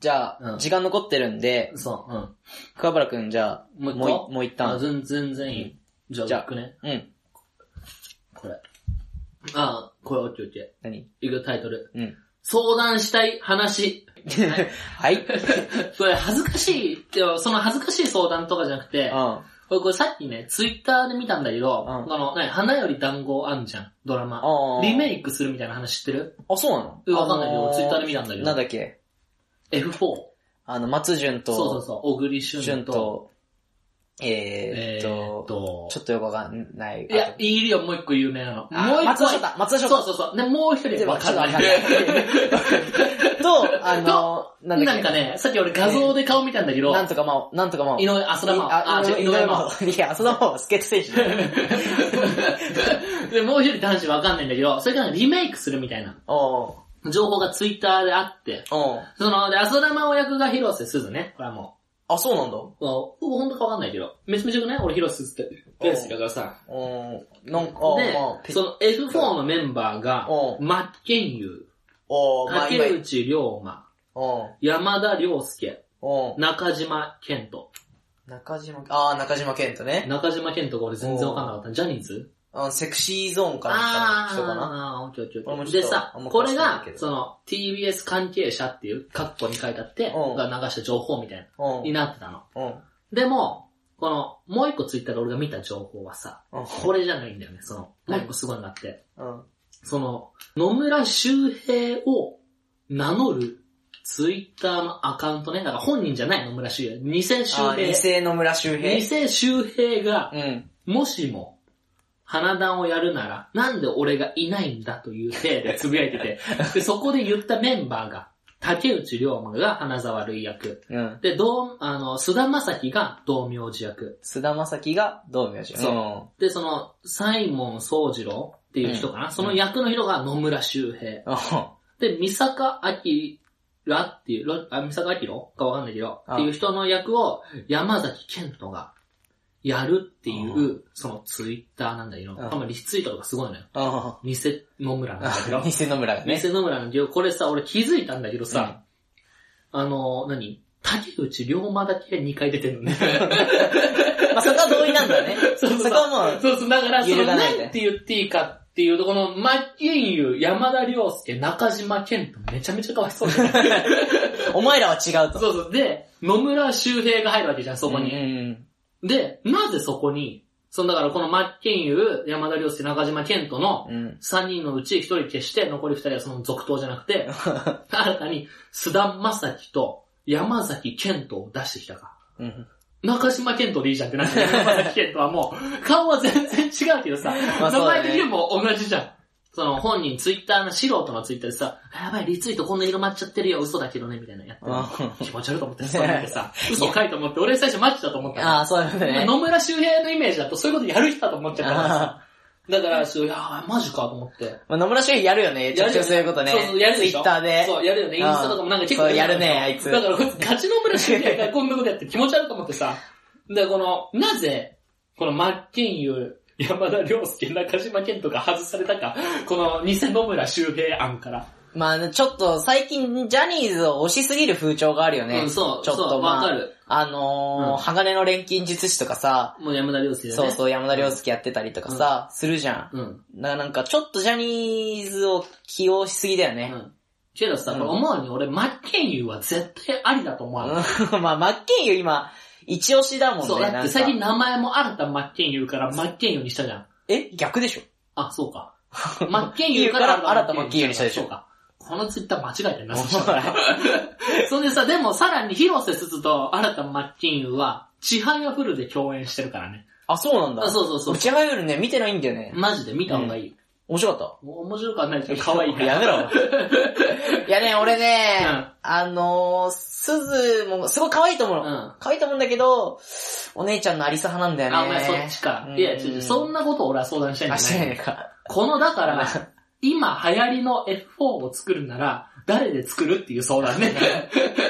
Speaker 1: じゃあ、
Speaker 2: うん
Speaker 1: 時間残ってるんで、
Speaker 2: そう、うん。
Speaker 1: 桑原くんじゃあ、
Speaker 2: もう一個
Speaker 1: もうもう一
Speaker 2: あ、
Speaker 1: 旦。
Speaker 2: 全全然いい。じゃあ、
Speaker 1: じゃあ
Speaker 2: 僕ね、
Speaker 1: うん。
Speaker 2: これ。あーこれ、オッケーオッケ
Speaker 1: 何
Speaker 2: ー。いくよタイトル。
Speaker 1: うん。
Speaker 2: 相談したい話。
Speaker 1: はい。うん。
Speaker 2: それ、恥ずかしい。でも、その恥ずかしい相談とかじゃなくて、
Speaker 1: あ
Speaker 2: これ、これさっきね、ツイッターで見たんだけど、
Speaker 1: うん
Speaker 2: あの、ね、花より団子あんじゃん、ドラマ。
Speaker 1: あ。
Speaker 2: リメ
Speaker 1: イ
Speaker 2: イクするみたいな話知ってる
Speaker 1: あ、そうなの
Speaker 2: うんわかんないけど、ツイッターで
Speaker 1: 見
Speaker 2: 見たんだけ
Speaker 1: なん
Speaker 2: ど。
Speaker 1: だっけ
Speaker 2: F4。
Speaker 1: あの、松潤と、
Speaker 2: そうそうそう、小栗旬
Speaker 1: 潤
Speaker 2: と、
Speaker 1: と、えー、っと、
Speaker 2: と
Speaker 1: ちょっとよくわかんない。
Speaker 2: いや、いるよ、もう一個有名なの。
Speaker 1: あ、
Speaker 2: もう一個。
Speaker 1: 松田翔太、松田翔
Speaker 2: そう
Speaker 1: 太。
Speaker 2: そうそう。で、もう一人わかんない。
Speaker 1: と、あの、なんだっ
Speaker 2: な
Speaker 1: け
Speaker 2: んかね、さっき俺画像で顔見たんだけど、
Speaker 1: なんとかまお、なんとかまお。
Speaker 2: 井上、浅田真央。あ、違う、井上真
Speaker 1: いや、浅田真央はスケート選手だよ。
Speaker 2: 央。で、もう一人男子わかんないんだけど、それからリメイクするみたいな
Speaker 1: おう
Speaker 2: 情報がツイッターであって、
Speaker 1: おう
Speaker 2: その、で、浅田真央役が広瀬すずね。これはも
Speaker 1: あ、そうなんだ。
Speaker 2: う、もうほんとかわかんないけど、めちゃめちゃよくない俺広瀬すずって、大好きだからさ。
Speaker 1: おうなんか、あまあ、
Speaker 2: で、その F4 のメンバーが
Speaker 1: お、う
Speaker 2: マッケンユ
Speaker 1: おう
Speaker 2: ー、
Speaker 1: まあ、
Speaker 2: 竹
Speaker 1: 今、
Speaker 2: 内涼真、
Speaker 1: おう
Speaker 2: 山田涼介、
Speaker 1: おう
Speaker 2: 中島健人。
Speaker 1: 中島、ああ、中島健人ね。
Speaker 2: 中島健人が俺全然わかんなかった。ジャニーズ
Speaker 1: あセクシーゾーンかなん
Speaker 2: あ
Speaker 1: かの人かな。
Speaker 2: あー、オッケーオッケー
Speaker 1: 俺
Speaker 2: オ
Speaker 1: も
Speaker 2: ッケー
Speaker 1: ちょっ
Speaker 2: で
Speaker 1: と
Speaker 2: さ
Speaker 1: あんま、
Speaker 2: こ
Speaker 1: 詳し
Speaker 2: れ
Speaker 1: くない
Speaker 2: が
Speaker 1: け、ど
Speaker 2: その、TBS 関係者っていう、カッコに書いてあって、
Speaker 1: うん
Speaker 2: が流した情報みたい
Speaker 1: お
Speaker 2: な、
Speaker 1: う
Speaker 2: になってたの。
Speaker 1: おう
Speaker 2: でも、この、もう一個ツイッターで俺が見た情報はさ、
Speaker 1: おう
Speaker 2: これじゃないんだよね、その、もう一個すごいなって。
Speaker 1: うん
Speaker 2: その、野村周平を名乗るツイッターのアカウントね、だから本人じゃない野村周平、偽周
Speaker 1: あー、
Speaker 2: 平。
Speaker 1: 偽野村周
Speaker 2: 偽
Speaker 1: 平。
Speaker 2: 周平が、
Speaker 1: うん。
Speaker 2: もしも、花壇をやるなら、なんで俺がいないんだという体で呟いてて、で、そこで言ったメンバーが、竹内涼真が花沢類役、
Speaker 1: うん。
Speaker 2: で、どう、あの、菅田将暉が道明寺役、
Speaker 1: 菅田将暉が道明寺。
Speaker 2: そ
Speaker 1: うん
Speaker 2: で、その、サイモン宗次郎っていう人かな、
Speaker 1: うん
Speaker 2: その役の人が野村周平、
Speaker 1: おう。
Speaker 2: で、三坂明っていう、ろあ、三坂明かわかんないけど、
Speaker 1: あ
Speaker 2: っていう人の役を山崎健人がやるっていうう、そのツイッターなんだけど、
Speaker 1: うん
Speaker 2: あんまリツイートとかすごいのよ。
Speaker 1: あ
Speaker 2: 偽野村なんだけ
Speaker 1: あ。
Speaker 2: ど。
Speaker 1: 偽野村がね。
Speaker 2: 偽野村なんだけど、これさ、俺気づいたんだけどさ、あの、何竹内龍馬だけ2回出てるのね。
Speaker 1: まあ そこは同意なんだね。
Speaker 2: そ
Speaker 1: そう
Speaker 2: そう
Speaker 1: こはもう、
Speaker 2: そうそう、だから、そ
Speaker 1: 揺
Speaker 2: の、
Speaker 1: るが
Speaker 2: な
Speaker 1: なんいで
Speaker 2: て言っていいかっていうと、この、マッキンユ、山田涼介、中島健人、めちゃめちゃかわいそうだ よね
Speaker 1: お前らは違うと。
Speaker 2: そうそう、で、野村周平が入るわけじゃん、そこに。
Speaker 1: うん
Speaker 2: で、なぜそこに、そのだからこのマッキンユ、山田涼介、中島健人の
Speaker 1: うんうん。うん。
Speaker 2: 3人のうち1人消して、残り2人はその続投じゃなくて、新たに須田正樹と山崎健人を出してきたから。
Speaker 1: うん。
Speaker 2: 中島健人でいいじゃんっ てなって、山崎健人はもう、顔は全然違うけどさ、
Speaker 1: まあ
Speaker 2: 名
Speaker 1: そうだ
Speaker 2: 前
Speaker 1: ね
Speaker 2: 的にも同じじゃん。その本人ツイッターの素人のツイッターでさ、あやばい、リツイートこんな色まっちゃってるよ、嘘だけどね、みたいなのやってる
Speaker 1: あ
Speaker 2: 気持ち悪いと思って、そうやっ てさ、嘘かいと思って、俺最初マッチだと思ったの。
Speaker 1: あ、そういうことね。
Speaker 2: 野村周平のイメージだとそういうことやる人だと思っちゃったからさ。
Speaker 1: あ
Speaker 2: だから、そういやー、マジかと思思って。
Speaker 1: ーまあ野村周平やるよね。ちょっとそういうことね。
Speaker 2: そうそう、やる
Speaker 1: ツ
Speaker 2: で
Speaker 1: イ
Speaker 2: しょ
Speaker 1: ッターで。
Speaker 2: そう、やるよね。インスタとかもなんか結構
Speaker 1: そうやるね、あいつ。
Speaker 2: だから、ガチの村周平がこんなことやって気持ち悪いと思って さ。で、この、なぜ、このマッケンユー、山田涼介、中島健とか外されたか、この偽野村周平案から。
Speaker 1: まあちょっと最近ジャニーズを推しすぎる風潮があるよね。
Speaker 2: うん、そう、
Speaker 1: ちょっ
Speaker 2: そ
Speaker 1: と
Speaker 2: う、
Speaker 1: ま
Speaker 2: わ
Speaker 1: あ
Speaker 2: かる。
Speaker 1: あのー
Speaker 2: うん
Speaker 1: 鋼の錬金術師とかさ、
Speaker 2: もう山田涼介だね。
Speaker 1: そうそう山田涼介やってたりとかさ、するじゃん。
Speaker 2: う。うん。
Speaker 1: だからなんかちょっとジャニーズを起用しすぎだよ
Speaker 2: う
Speaker 1: ね。
Speaker 2: ん。けどさ、
Speaker 1: うん
Speaker 2: これ思うに俺、マッケンユーは絶対ありだと思わない。
Speaker 1: まあマッケンユ今、一押しだもんね。
Speaker 2: そう、だっ
Speaker 1: なん
Speaker 2: て
Speaker 1: か
Speaker 2: 最近名前も新たマッケンユーからマッケンユーにしたじゃん。
Speaker 1: え逆でしょ
Speaker 2: あ、そう か。真っ健優から
Speaker 1: 新た真剣佑にしたでしょ
Speaker 2: そうか。このツイッター間違えてんな、 そしたらそんでさ、でもさらに広瀬すずと新た真剣佑は、ちはやフルで共演してるからね。
Speaker 1: あ、そうなんだ。
Speaker 2: あ、そうそうそうう。
Speaker 1: ちはよりね、見てないんだよね。
Speaker 2: マジで見た方がいい。
Speaker 1: 面白かっ
Speaker 2: もう面白くはないけ
Speaker 1: た。
Speaker 2: ど、可愛いから。
Speaker 1: やめろ。いやね、俺ね、
Speaker 2: うん
Speaker 1: あのー、すずもすごい可愛いと思う
Speaker 2: う
Speaker 1: の。
Speaker 2: ん。
Speaker 1: 可愛いと思うんだけど、お姉ちゃんのアリサ派なんだよね。
Speaker 2: あ、お前そっちか。いや、ちょちょそんなこと俺は相談したいん
Speaker 1: あ、
Speaker 2: じ
Speaker 1: して
Speaker 2: ゃな
Speaker 1: ない
Speaker 2: い。
Speaker 1: のか。
Speaker 2: この、だ から、今流行りの F4 を作るなら、誰で作るっていう相 談ね。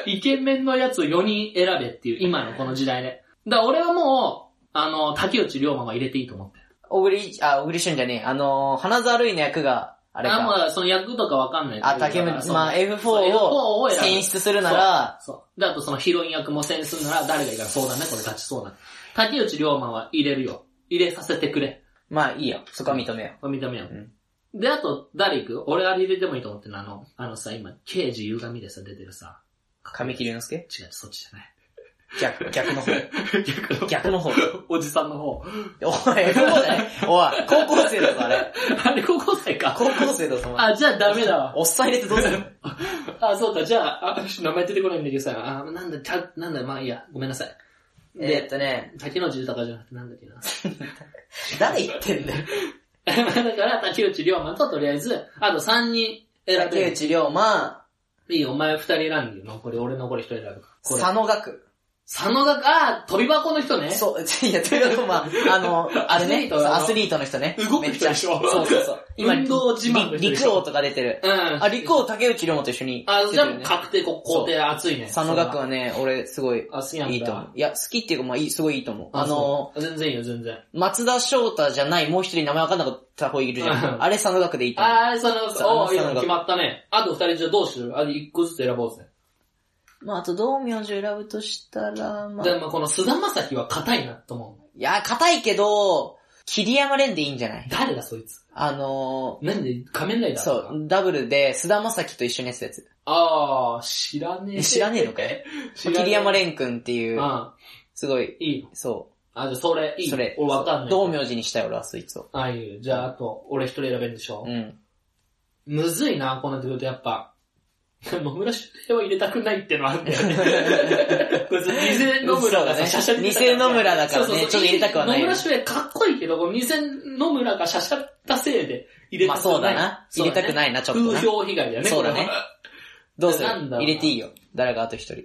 Speaker 2: イケメンのやつを4人選べっていう、今のこの時代で。だから俺はもう、あの、竹内涼真は入れていいと思ってる。
Speaker 1: 小栗、あ、小栗旬じゃねえ。あのー、花沢類の役が、あれ
Speaker 2: あ、
Speaker 1: か。
Speaker 2: まあ、その役とかわかんないけど
Speaker 1: あ、竹村、
Speaker 2: そう
Speaker 1: まあ
Speaker 2: そう
Speaker 1: F4 を
Speaker 2: F4 を選ぶ。
Speaker 1: 選出するなら、
Speaker 2: そう。で、あとそのヒロイン役も選出するなら誰がいいか相談ね、これガチ相談。竹内涼真は入れるよ。入れさせてくれ。
Speaker 1: まあいいよ。そこは認めよ
Speaker 2: これ認めよ
Speaker 1: うん
Speaker 2: う。で、あと、誰行く俺あれ入れてもいいと思ってるのあの、あのさ、今、刑事歪みでさ、出てるさ。
Speaker 1: う。神木隆之介
Speaker 2: 違う、そっちじゃない。
Speaker 1: 逆、逆の方。
Speaker 2: 逆の
Speaker 1: 逆の方。
Speaker 2: おじさんの方。
Speaker 1: おい、F4 だよ。おい、高校生だぞ、あれ。
Speaker 2: あれ、高校生か。
Speaker 1: 高校生だぞ、お前。
Speaker 2: あ、じゃあダメだわ。
Speaker 1: おっさん入れてどうする
Speaker 2: あ、そうか、じゃあ、あ、名前出てこないんだけどさ、あ、なんだ、た、なんだ、まあいいや、ごめんなさい。
Speaker 1: えーっ
Speaker 2: で、
Speaker 1: とね、
Speaker 2: 竹野内豊じゃなくてなんだっけな。
Speaker 1: 誰言ってんだよ。
Speaker 2: だから、竹内涼真ととりあえず、あと3人選べ
Speaker 1: 竹
Speaker 2: る。
Speaker 1: 内涼真、
Speaker 2: いいよ、お前2人選んでよ。残り、俺残り1人選ぶから。これ。
Speaker 1: 佐野岳。
Speaker 2: 佐野が、あ、飛び箱の人ね。
Speaker 1: そう、いや、ということまあ、あ の、あれ
Speaker 2: アスリ
Speaker 1: ね
Speaker 2: ー、ト
Speaker 1: そう
Speaker 2: あの
Speaker 1: アスリートの人ね。
Speaker 2: 動く人でしょ
Speaker 1: めっちゃそうそう そう。
Speaker 2: 運動自慢の人
Speaker 1: り
Speaker 2: でしょ
Speaker 1: 陸王とか出てる。
Speaker 2: うん。
Speaker 1: あ、陸王竹内涼真と一緒に
Speaker 2: あ、
Speaker 1: 出
Speaker 2: じゃ
Speaker 1: て
Speaker 2: あ
Speaker 1: るね。
Speaker 2: 確定、こ肯定、熱いね。
Speaker 1: 佐野岳はね、俺、すごい、
Speaker 2: あ、好きなんだ。
Speaker 1: いいと思う。いや、好きっていうか、まあ、いい、すごいいいと思う。
Speaker 2: あ
Speaker 1: あの、
Speaker 2: そう全然いいよ、全然。
Speaker 1: 松田翔太じゃない、もう一人名前わかんなかった方いるじゃ
Speaker 2: うん
Speaker 1: ん。あれ、佐野岳でいいと思う。
Speaker 2: あー、その、
Speaker 1: そう
Speaker 2: おーいい
Speaker 1: そ
Speaker 2: の
Speaker 1: の
Speaker 2: 決まったね。あと二人じゃあどうするあれ一個ずつ選ぼうぜ。
Speaker 1: まあ、あと、道明寺を選ぶとしたら、まあ、
Speaker 2: でもこの菅田正樹は硬いなと思う。
Speaker 1: いや、硬いけど、桐山蓮でいいんじゃない
Speaker 2: 誰だそいつ。
Speaker 1: あの
Speaker 2: なんで仮面ライ
Speaker 1: ー、
Speaker 2: ダー
Speaker 1: そ
Speaker 2: とか。
Speaker 1: う、ダブルで、菅田将暉と一緒にやってたやつ。
Speaker 2: あー、知らねえ。
Speaker 1: え知らねえのかよ。
Speaker 2: 知らねえ
Speaker 1: 桐山蓮くんっていう、
Speaker 2: あ
Speaker 1: すごい、
Speaker 2: いいの。
Speaker 1: そ
Speaker 2: あ、じゃあそれ、
Speaker 1: う、
Speaker 2: いい。
Speaker 1: それ、
Speaker 2: 俺わかんない。
Speaker 1: 道明寺にしたい俺はそいつを。
Speaker 2: ああいう。じゃああと、俺一人選べるでしょ
Speaker 1: う。ん。
Speaker 2: むずいな、こうなってくるとやっぱ。 野村周平は入れたくないってのはあるんだよ ね。こいつ偽野村
Speaker 1: そうだ
Speaker 2: がさ、
Speaker 1: ね
Speaker 2: シャシャリ出た
Speaker 1: 偽野村だからね
Speaker 2: そうそうそう
Speaker 1: ちょっと入れたくはない
Speaker 2: 野
Speaker 1: よね
Speaker 2: 村周平かっこいいけど、この偽野村がシャシャったせいで入れ
Speaker 1: ま
Speaker 2: た
Speaker 1: あ
Speaker 2: くない。
Speaker 1: そうだな。入れたく
Speaker 2: い。
Speaker 1: ないな、ちょっと
Speaker 2: 風
Speaker 1: な。
Speaker 2: 評被害だよね。
Speaker 1: そうだね
Speaker 2: これは。
Speaker 1: どうする
Speaker 2: なんだろうな
Speaker 1: 入れていいよ。誰があと一人。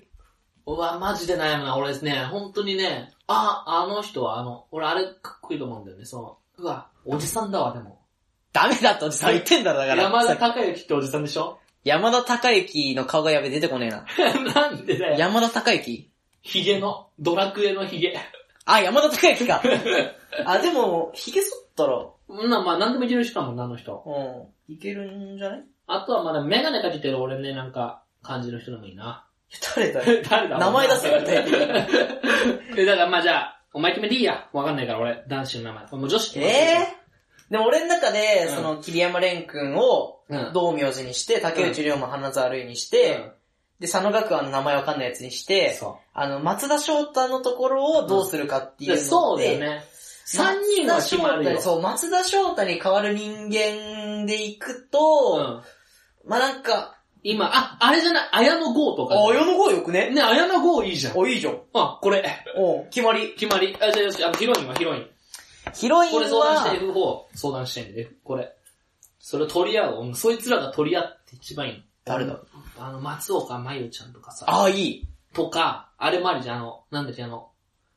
Speaker 2: うわ、マジで悩むな。俺ですね、本当にね、あ、あの人はあの、俺あれかっこいいと思うんだよね。その、うわ、おじさんだわ、でも。
Speaker 1: ダメだとさ、言ってんだろ、だから。
Speaker 2: 山田
Speaker 1: さ
Speaker 2: 孝之っておじさんでしょ
Speaker 1: 山田孝之の顔がやべ、出てこねえな。
Speaker 2: なんでだよ。
Speaker 1: 山田孝之
Speaker 2: ヒゲの、ドラクエのヒゲ。
Speaker 1: あ、山田孝之 か。あ、でも、髭剃ったら、
Speaker 2: な、まあ、なんでもいける人かもんな、あの人。
Speaker 1: うん、いけるんじゃないい
Speaker 2: あとはまだメガネかけてる俺ね、なんか、感じの人でもいいな。
Speaker 1: や誰だよ。
Speaker 2: 誰だろう
Speaker 1: 名前出せ よ具体
Speaker 2: え、だからまあじゃあ、お前決めていいや。わかんないから俺、男子の名前。もう女子
Speaker 1: え
Speaker 2: 決めて
Speaker 1: えーでも俺の中で、
Speaker 2: うん
Speaker 1: その、桐山蓮くんを、
Speaker 2: うん
Speaker 1: 道明寺にして、竹内涼真花沢類にして、で、佐野学あの名前わかんないやつにし
Speaker 2: うん、
Speaker 1: て、
Speaker 2: そ
Speaker 1: あの、松田翔太のところをどうするかって
Speaker 2: う。
Speaker 1: いうの
Speaker 2: で
Speaker 1: で、
Speaker 2: そうだよね。三人は決まる
Speaker 1: 松田翔
Speaker 2: よ。
Speaker 1: 太そう、松田翔太に代わる人間で行くと、
Speaker 2: うん
Speaker 1: まあなんか、
Speaker 2: 今、あ、あれじゃない、綾野剛とか。
Speaker 1: あ、世の方よくね
Speaker 2: ね、綾野剛いいじゃん。
Speaker 1: お、いいじゃん。
Speaker 2: あ、これ、
Speaker 1: お決まり。
Speaker 2: 決まり。あ、じゃあよし、あの、ヒロインはヒロイン。
Speaker 1: ヒロイン
Speaker 2: これ相談して
Speaker 1: は、
Speaker 2: F4 相談してんで、これ。それ取り合おう。そいつらが取り合って一番いいの。
Speaker 1: 誰だ
Speaker 2: あの、松岡真優ちゃんとかさ。
Speaker 1: あ、いい。
Speaker 2: とか、あれもあるじゃん、あの、なんだっけ、あの、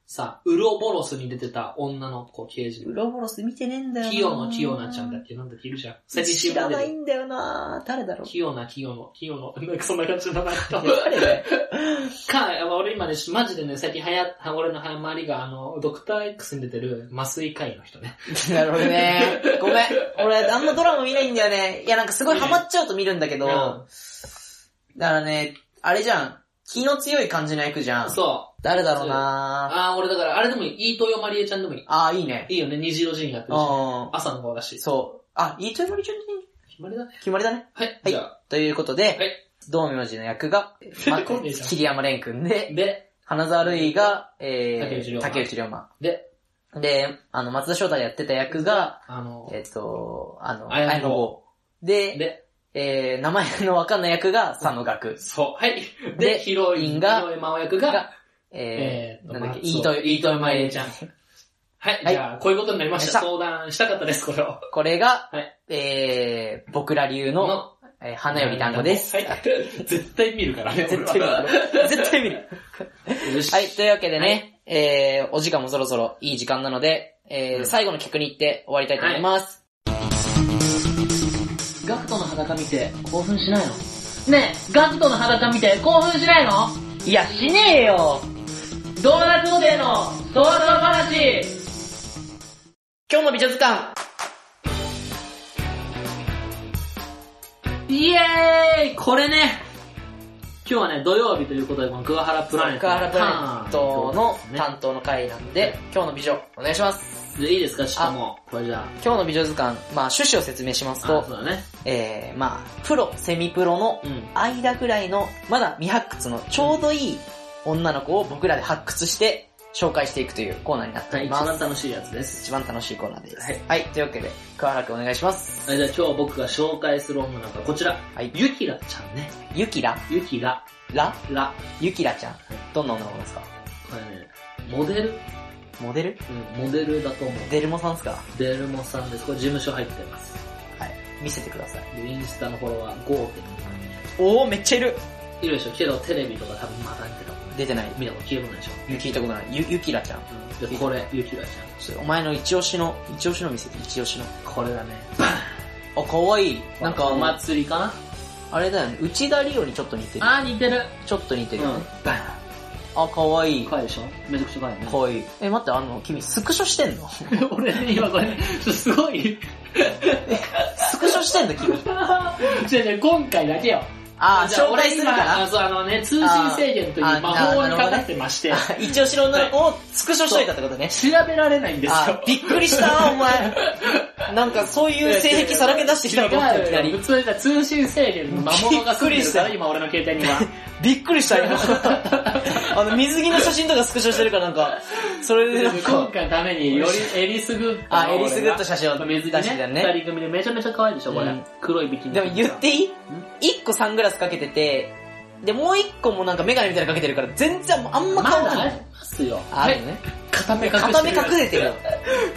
Speaker 2: さ、ウロボロスに出てた女の子、刑事
Speaker 1: ウ。ロボロス見てねえんだよな
Speaker 2: キヨのキヨナちゃんだっけ、なんだっけ、いるじゃん。最近
Speaker 1: 知
Speaker 2: CM
Speaker 1: ら
Speaker 2: 出
Speaker 1: な
Speaker 2: て
Speaker 1: い
Speaker 2: る。
Speaker 1: んだよな誰だろう。
Speaker 2: キヨナ、キヨの、キヨの、なんかそんな感じの名前 だ
Speaker 1: 誰だよ。
Speaker 2: か、やっぱ俺今ね、マジでね、最近はや、俺の周りが、あの、ドクター X に出てる麻酔科医の人ね。
Speaker 1: なるほどね。ごめん。俺、あんまドラマ見ないんだよね。いや、なんかすごいハマっちゃうと見るんだけど、
Speaker 2: うん
Speaker 1: だからね、あれじゃん。気の強い感じの役じゃん。
Speaker 2: そう。
Speaker 1: 誰だろうな
Speaker 2: あー、俺だから、あれでもいい。イートヨマリエちゃんでもいい。
Speaker 1: あー、いいね。
Speaker 2: いいよね、虹色ジーンやって
Speaker 1: う
Speaker 2: るし。
Speaker 1: ん。
Speaker 2: 朝の顔だし。
Speaker 1: そう。あ、いいとまりちゃんに
Speaker 2: 決まりだね。
Speaker 1: 決まりだね。
Speaker 2: はい。
Speaker 1: はい
Speaker 2: じゃあ、
Speaker 1: ということで、道明寺の役 が、ま
Speaker 2: 出てこねえじゃん
Speaker 1: 桐山蓮くんで、
Speaker 2: で、
Speaker 1: 花沢類が、えー、
Speaker 2: 竹内涼真
Speaker 1: 竹内涼真。
Speaker 2: で、
Speaker 1: で、あの、松田翔太がやってた役が、
Speaker 2: あの、
Speaker 1: えっ、と、あの、
Speaker 2: 綾野剛
Speaker 1: 綾野剛。で、
Speaker 2: で、
Speaker 1: えー、名前のわかんない役が佐野岳。
Speaker 2: そう、はい。
Speaker 1: で
Speaker 2: で、ヒロインが、
Speaker 1: ヒ
Speaker 2: ヒロイン真央役が、
Speaker 1: え
Speaker 2: え
Speaker 1: ー、
Speaker 2: ーと
Speaker 1: なんだっけ、
Speaker 2: 松尾
Speaker 1: いいと、いいとま
Speaker 2: え
Speaker 1: い
Speaker 2: ー、ちゃん。はい、
Speaker 1: はい
Speaker 2: じゃあ、こういうことになりました。
Speaker 1: で
Speaker 2: 相談したかったです、これを。
Speaker 1: これが、
Speaker 2: はい
Speaker 1: えー、僕ら流の、えー花より団子です。
Speaker 2: はい。 絶対見るからね、
Speaker 1: 絶対見る。絶対見 る。
Speaker 2: 見る。よし。
Speaker 1: はい、というわけでね、えー、お時間もそろそろいい時間なので、えー
Speaker 2: うん
Speaker 1: 最後の曲に行って終わりたいと思います。
Speaker 2: ガクトの裸見て興奮しないのねえ、ガクトの裸見て興奮しないの
Speaker 1: い、や、しねえよ
Speaker 2: ドーナツデーのドーナツ話
Speaker 1: 今日の美女図鑑
Speaker 2: イエーイこれね今日はね、土曜日ということで、この桑原プラネット
Speaker 1: カ
Speaker 2: の
Speaker 1: ーラプラネットの担当の回なんで、今日の美女、お願いします。
Speaker 2: でいいですかちょっともう、これじゃ
Speaker 1: 今日の美女図鑑、まあ趣旨を説明します
Speaker 2: あ。あ
Speaker 1: と、
Speaker 2: そうだね。
Speaker 1: えー、まあプロ、セミプロの
Speaker 2: うん。
Speaker 1: 間ぐらいの、まだ未発掘のちょうどいい女の子を僕らで発掘して紹介していくというコーナーになってお
Speaker 2: はい、
Speaker 1: り
Speaker 2: 一
Speaker 1: ます。
Speaker 2: 番楽しいやつです。
Speaker 1: 一番楽しいコーナーです。は
Speaker 2: はいい。
Speaker 1: というわけで、桑原くんお願いします。
Speaker 2: はい、じゃあ今日僕が紹介する女の子はこちら。
Speaker 1: はい。
Speaker 2: ゆきらちゃんね。
Speaker 1: ゆきら
Speaker 2: ゆきら、
Speaker 1: ら
Speaker 2: ら。
Speaker 1: ゆきらちゃん。どんな女の子ですか
Speaker 2: これね、モデル、
Speaker 1: モデル
Speaker 2: うん、モデルだと思う。
Speaker 1: デルモさんですか
Speaker 2: デルモさんです。これ事務所入ってます。
Speaker 1: はい。見せてください。
Speaker 2: で、インスタのフォロワー5.2万
Speaker 1: おー、めっちゃいる
Speaker 2: 人。いるでしょけど、テレビとか多分まだ見てたもんね。
Speaker 1: 出てない。
Speaker 2: 見たこと聞いたことないでし
Speaker 1: 聞いたことない。ゆ、ゆきらちゃん。
Speaker 2: ょ。うん、で、これ、ゆきらちゃ
Speaker 1: ちょっとお前の一押しの、一押しの見せて、一押しの。
Speaker 2: ん。これだね。
Speaker 1: あ、かわいい。なんか、
Speaker 2: お祭りかな
Speaker 1: あれだよね。内田理央にちょっと似てる。
Speaker 2: あー、似てる。
Speaker 1: ちょっと似てるよね。
Speaker 2: バン。
Speaker 1: あ、かわいい。
Speaker 2: 可愛いでしょめちゃくちゃ可愛いね
Speaker 1: か。わいい。え、待って、あの、君、スクショしてんの
Speaker 2: 俺ね、今これ、ちょすごい。 違
Speaker 1: スクショしてんの、君。
Speaker 2: う違う、今回だけよ。
Speaker 1: あー、
Speaker 2: じゃあ
Speaker 1: 紹介するか
Speaker 2: 俺今
Speaker 1: ら
Speaker 2: あ。そう、あのね、通信制限という
Speaker 1: あー
Speaker 2: 魔法
Speaker 1: あー
Speaker 2: にかかってまして、
Speaker 1: あ一押しの女の子をスクショしといたってことね。
Speaker 2: 調べられないん です
Speaker 1: あ
Speaker 2: よ。、
Speaker 1: びっくりした、お前。なんかそういう性癖さらけ出してきたのかと思っ たいきな
Speaker 2: 違うよ
Speaker 1: り。
Speaker 2: 普通に通信制限の魔物が住んでるから、今俺の携帯には。
Speaker 1: びっくりした、 今。あの、水着の写真とかスクショしてるからなんか、それでなん
Speaker 2: 今
Speaker 1: か、
Speaker 2: 回のために、よりエリスグッド
Speaker 1: あ、エリスグッド写真を出
Speaker 2: 水
Speaker 1: し
Speaker 2: 着
Speaker 1: てきた
Speaker 2: ね、
Speaker 1: ね。
Speaker 2: 二人組でめちゃめちゃ可愛いでしょ、こ
Speaker 1: う
Speaker 2: れ
Speaker 1: ん。
Speaker 2: 黒いビキニ。
Speaker 1: でも言っていい一個サングラスかけてて、で、もう一個もなんかメガネみたいなのかけてるから、全然あんま
Speaker 2: ま
Speaker 1: 変わ
Speaker 2: だ
Speaker 1: ら
Speaker 2: あ
Speaker 1: な
Speaker 2: り
Speaker 1: い。
Speaker 2: ますよ。
Speaker 1: あるよね。
Speaker 2: 片目隠してる。
Speaker 1: 片目隠れてるよ。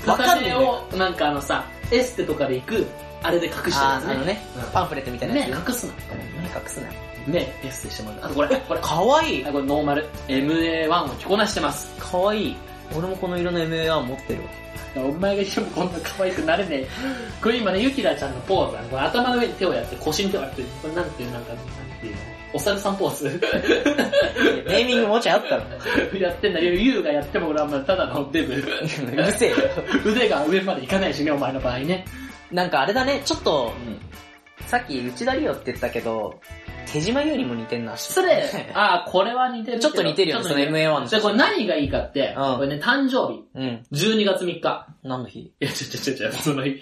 Speaker 1: わかんない
Speaker 2: 片目。を、なんかあのさ、エステとかで行く、あれで隠してる
Speaker 1: あ
Speaker 2: やつ
Speaker 1: ー、あの
Speaker 2: ね。
Speaker 1: ね、パンフレットみたいな
Speaker 2: 目
Speaker 1: やつね。
Speaker 2: 隠すな。
Speaker 1: 目隠すな。
Speaker 2: 目、エステしてもらう。あとこれ、これ、
Speaker 1: かわいい
Speaker 2: あ。これノーマル。MA1 を着こなしてます。
Speaker 1: かわいい。俺もこの色の MAR 持ってるわ。
Speaker 2: お前が一もこんな可愛くなれねえ。これ今ね、ゆきらちゃんのポーズあのこれ頭の上に手をやって、腰に手をやって、これなんていう、なんか、なんていうのお猿さんポーズ
Speaker 1: いやネーミングもうちょいあったろ。
Speaker 2: やってんだよ。ゆうがやっても俺はもうただのデ ブ。
Speaker 1: うるせえよ。
Speaker 2: 腕が上までいかないしね、お前の場合ね。
Speaker 1: なんかあれだね、ちょっと、さっき内田理央って言ってたけど、手島優にも似てんな。
Speaker 2: それ、ああ、これは似てるけ
Speaker 1: ち
Speaker 2: ど。
Speaker 1: ょっと似てるよね、
Speaker 2: ちょ
Speaker 1: そ
Speaker 2: っ
Speaker 1: の
Speaker 2: と似て
Speaker 1: MA1 の
Speaker 2: じゃあこれ何がいいかって、
Speaker 1: うん
Speaker 2: これね、誕生日。
Speaker 1: うん。
Speaker 2: 12月3日。
Speaker 1: 何の日
Speaker 2: いや、ちょちょちょちょ、その日。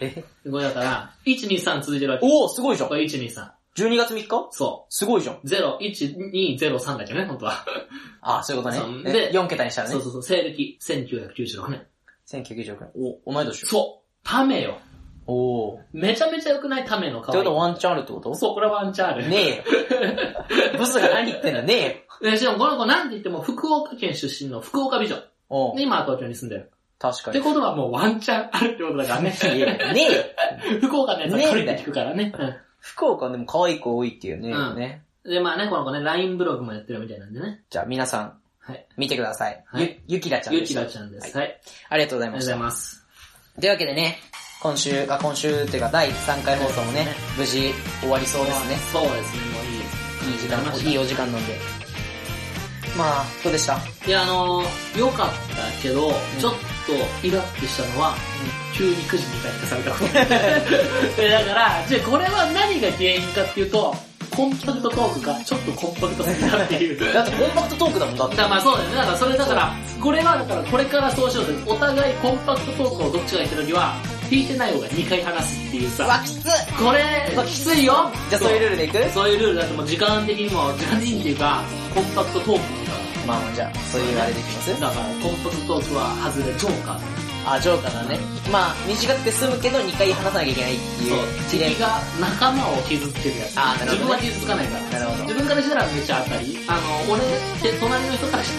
Speaker 1: え
Speaker 2: これだから、1、2、3続いてるわけ。
Speaker 1: おおすごいじゃん
Speaker 2: こ。れ1、2、3。
Speaker 1: 12月3日
Speaker 2: そ
Speaker 1: すごいじゃん。
Speaker 2: う。0、1、2、0、3だけどね、本当は。
Speaker 1: ああ、そういうこと
Speaker 2: そう
Speaker 1: ね。
Speaker 2: で
Speaker 1: で、4桁にしたらね
Speaker 2: そう。そうそう、西暦1996年。
Speaker 1: 1996年。お、同い年よ。
Speaker 2: そう。ためよ。
Speaker 1: おお。っ
Speaker 2: めちゃめちゃ良くないための顔。
Speaker 1: てことはワンチャンあるってこと
Speaker 2: そう、これはワンチャンある。
Speaker 1: ね えよ。ブスが何言ってんだ、ねえよ。
Speaker 2: でしかもこの子なんて言っても福岡県出身の福岡美女。
Speaker 1: おう
Speaker 2: で、今は東京に住んでる。
Speaker 1: 確か
Speaker 2: って
Speaker 1: に。
Speaker 2: ことはもうワンチャンあるってことだからね。
Speaker 1: いやねえよ。
Speaker 2: 福岡のやつはこれで聞くからね。
Speaker 1: 福岡でも可愛い子多いっていうね。
Speaker 2: うん
Speaker 1: ね
Speaker 2: うんで、まあね、この子ね、LINE ブログもやってるみたいなんでね。
Speaker 1: じゃあ皆さん、
Speaker 2: はい。
Speaker 1: 見てください。
Speaker 2: はい
Speaker 1: ゆ、ゆきらちゃん
Speaker 2: ゆ
Speaker 1: で
Speaker 2: き
Speaker 1: した。
Speaker 2: らちゃんです。はい。
Speaker 1: ありがとうござ
Speaker 2: あ
Speaker 1: いま
Speaker 2: りがとうご
Speaker 1: し
Speaker 2: ざい
Speaker 1: た。
Speaker 2: ます。
Speaker 1: というわけでね、今週、あ、今週っていうか第3回放送もね
Speaker 2: ね、
Speaker 1: 無事終わりそうですね。
Speaker 2: そうですね、もういい。
Speaker 1: いい時
Speaker 2: あり
Speaker 1: 間
Speaker 2: ま、した
Speaker 1: いいお時間なんで。まあ、どうでした
Speaker 2: いや、あのー、良かったけど、ちょっとイラッとしたのは、急に9時に帰ってされ たこと。でだから、じゃあこれは何が原因かっていうと、コンパクトトークがちょっとコンパクトすぎたってい う。
Speaker 1: だってコンパクトトークだもん、だっ
Speaker 2: だ
Speaker 1: て。
Speaker 2: からまあそうだよね。だからそれだから、これはだからこれからそうしようと。お互いコンパクトトークをどっちが言った時は、聞いてない方が2回話すっていう
Speaker 1: うわ
Speaker 2: さ、。
Speaker 1: きつっ
Speaker 2: これ、きついよ
Speaker 1: じゃあそういうルールでいく
Speaker 2: そういうルールだってもう時間的にも、時間的にっていうか、コンパクトトーク
Speaker 1: まあまあじゃあ、そういうあれでいきます
Speaker 2: だからコンパクトトークは外れ、ジョーカー。
Speaker 1: あ、ジョーカーだね。まあ、短くて済むけど2回話さなきゃいけないってい
Speaker 2: そ
Speaker 1: うう。一連
Speaker 2: 敵が仲間を傷つけるやつ。
Speaker 1: あーなるほどね
Speaker 2: 自分は傷つかないか
Speaker 1: な
Speaker 2: ら。
Speaker 1: るほど
Speaker 2: 自分からしたらめっちゃ当たり。あの、俺って隣の人からした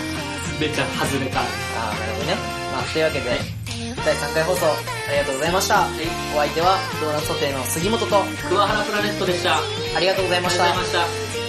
Speaker 2: らめっちゃ外れた。
Speaker 1: あー、なるほどね。まあ、というわけで、第3回放送、ありがとうございました。お相手は、ドーナツソテーの杉本と、
Speaker 2: 桑原プラネットでした。あり
Speaker 1: ありがとうござい
Speaker 2: が
Speaker 1: ま
Speaker 2: とう
Speaker 1: し
Speaker 2: ござ
Speaker 1: た
Speaker 2: いま。した。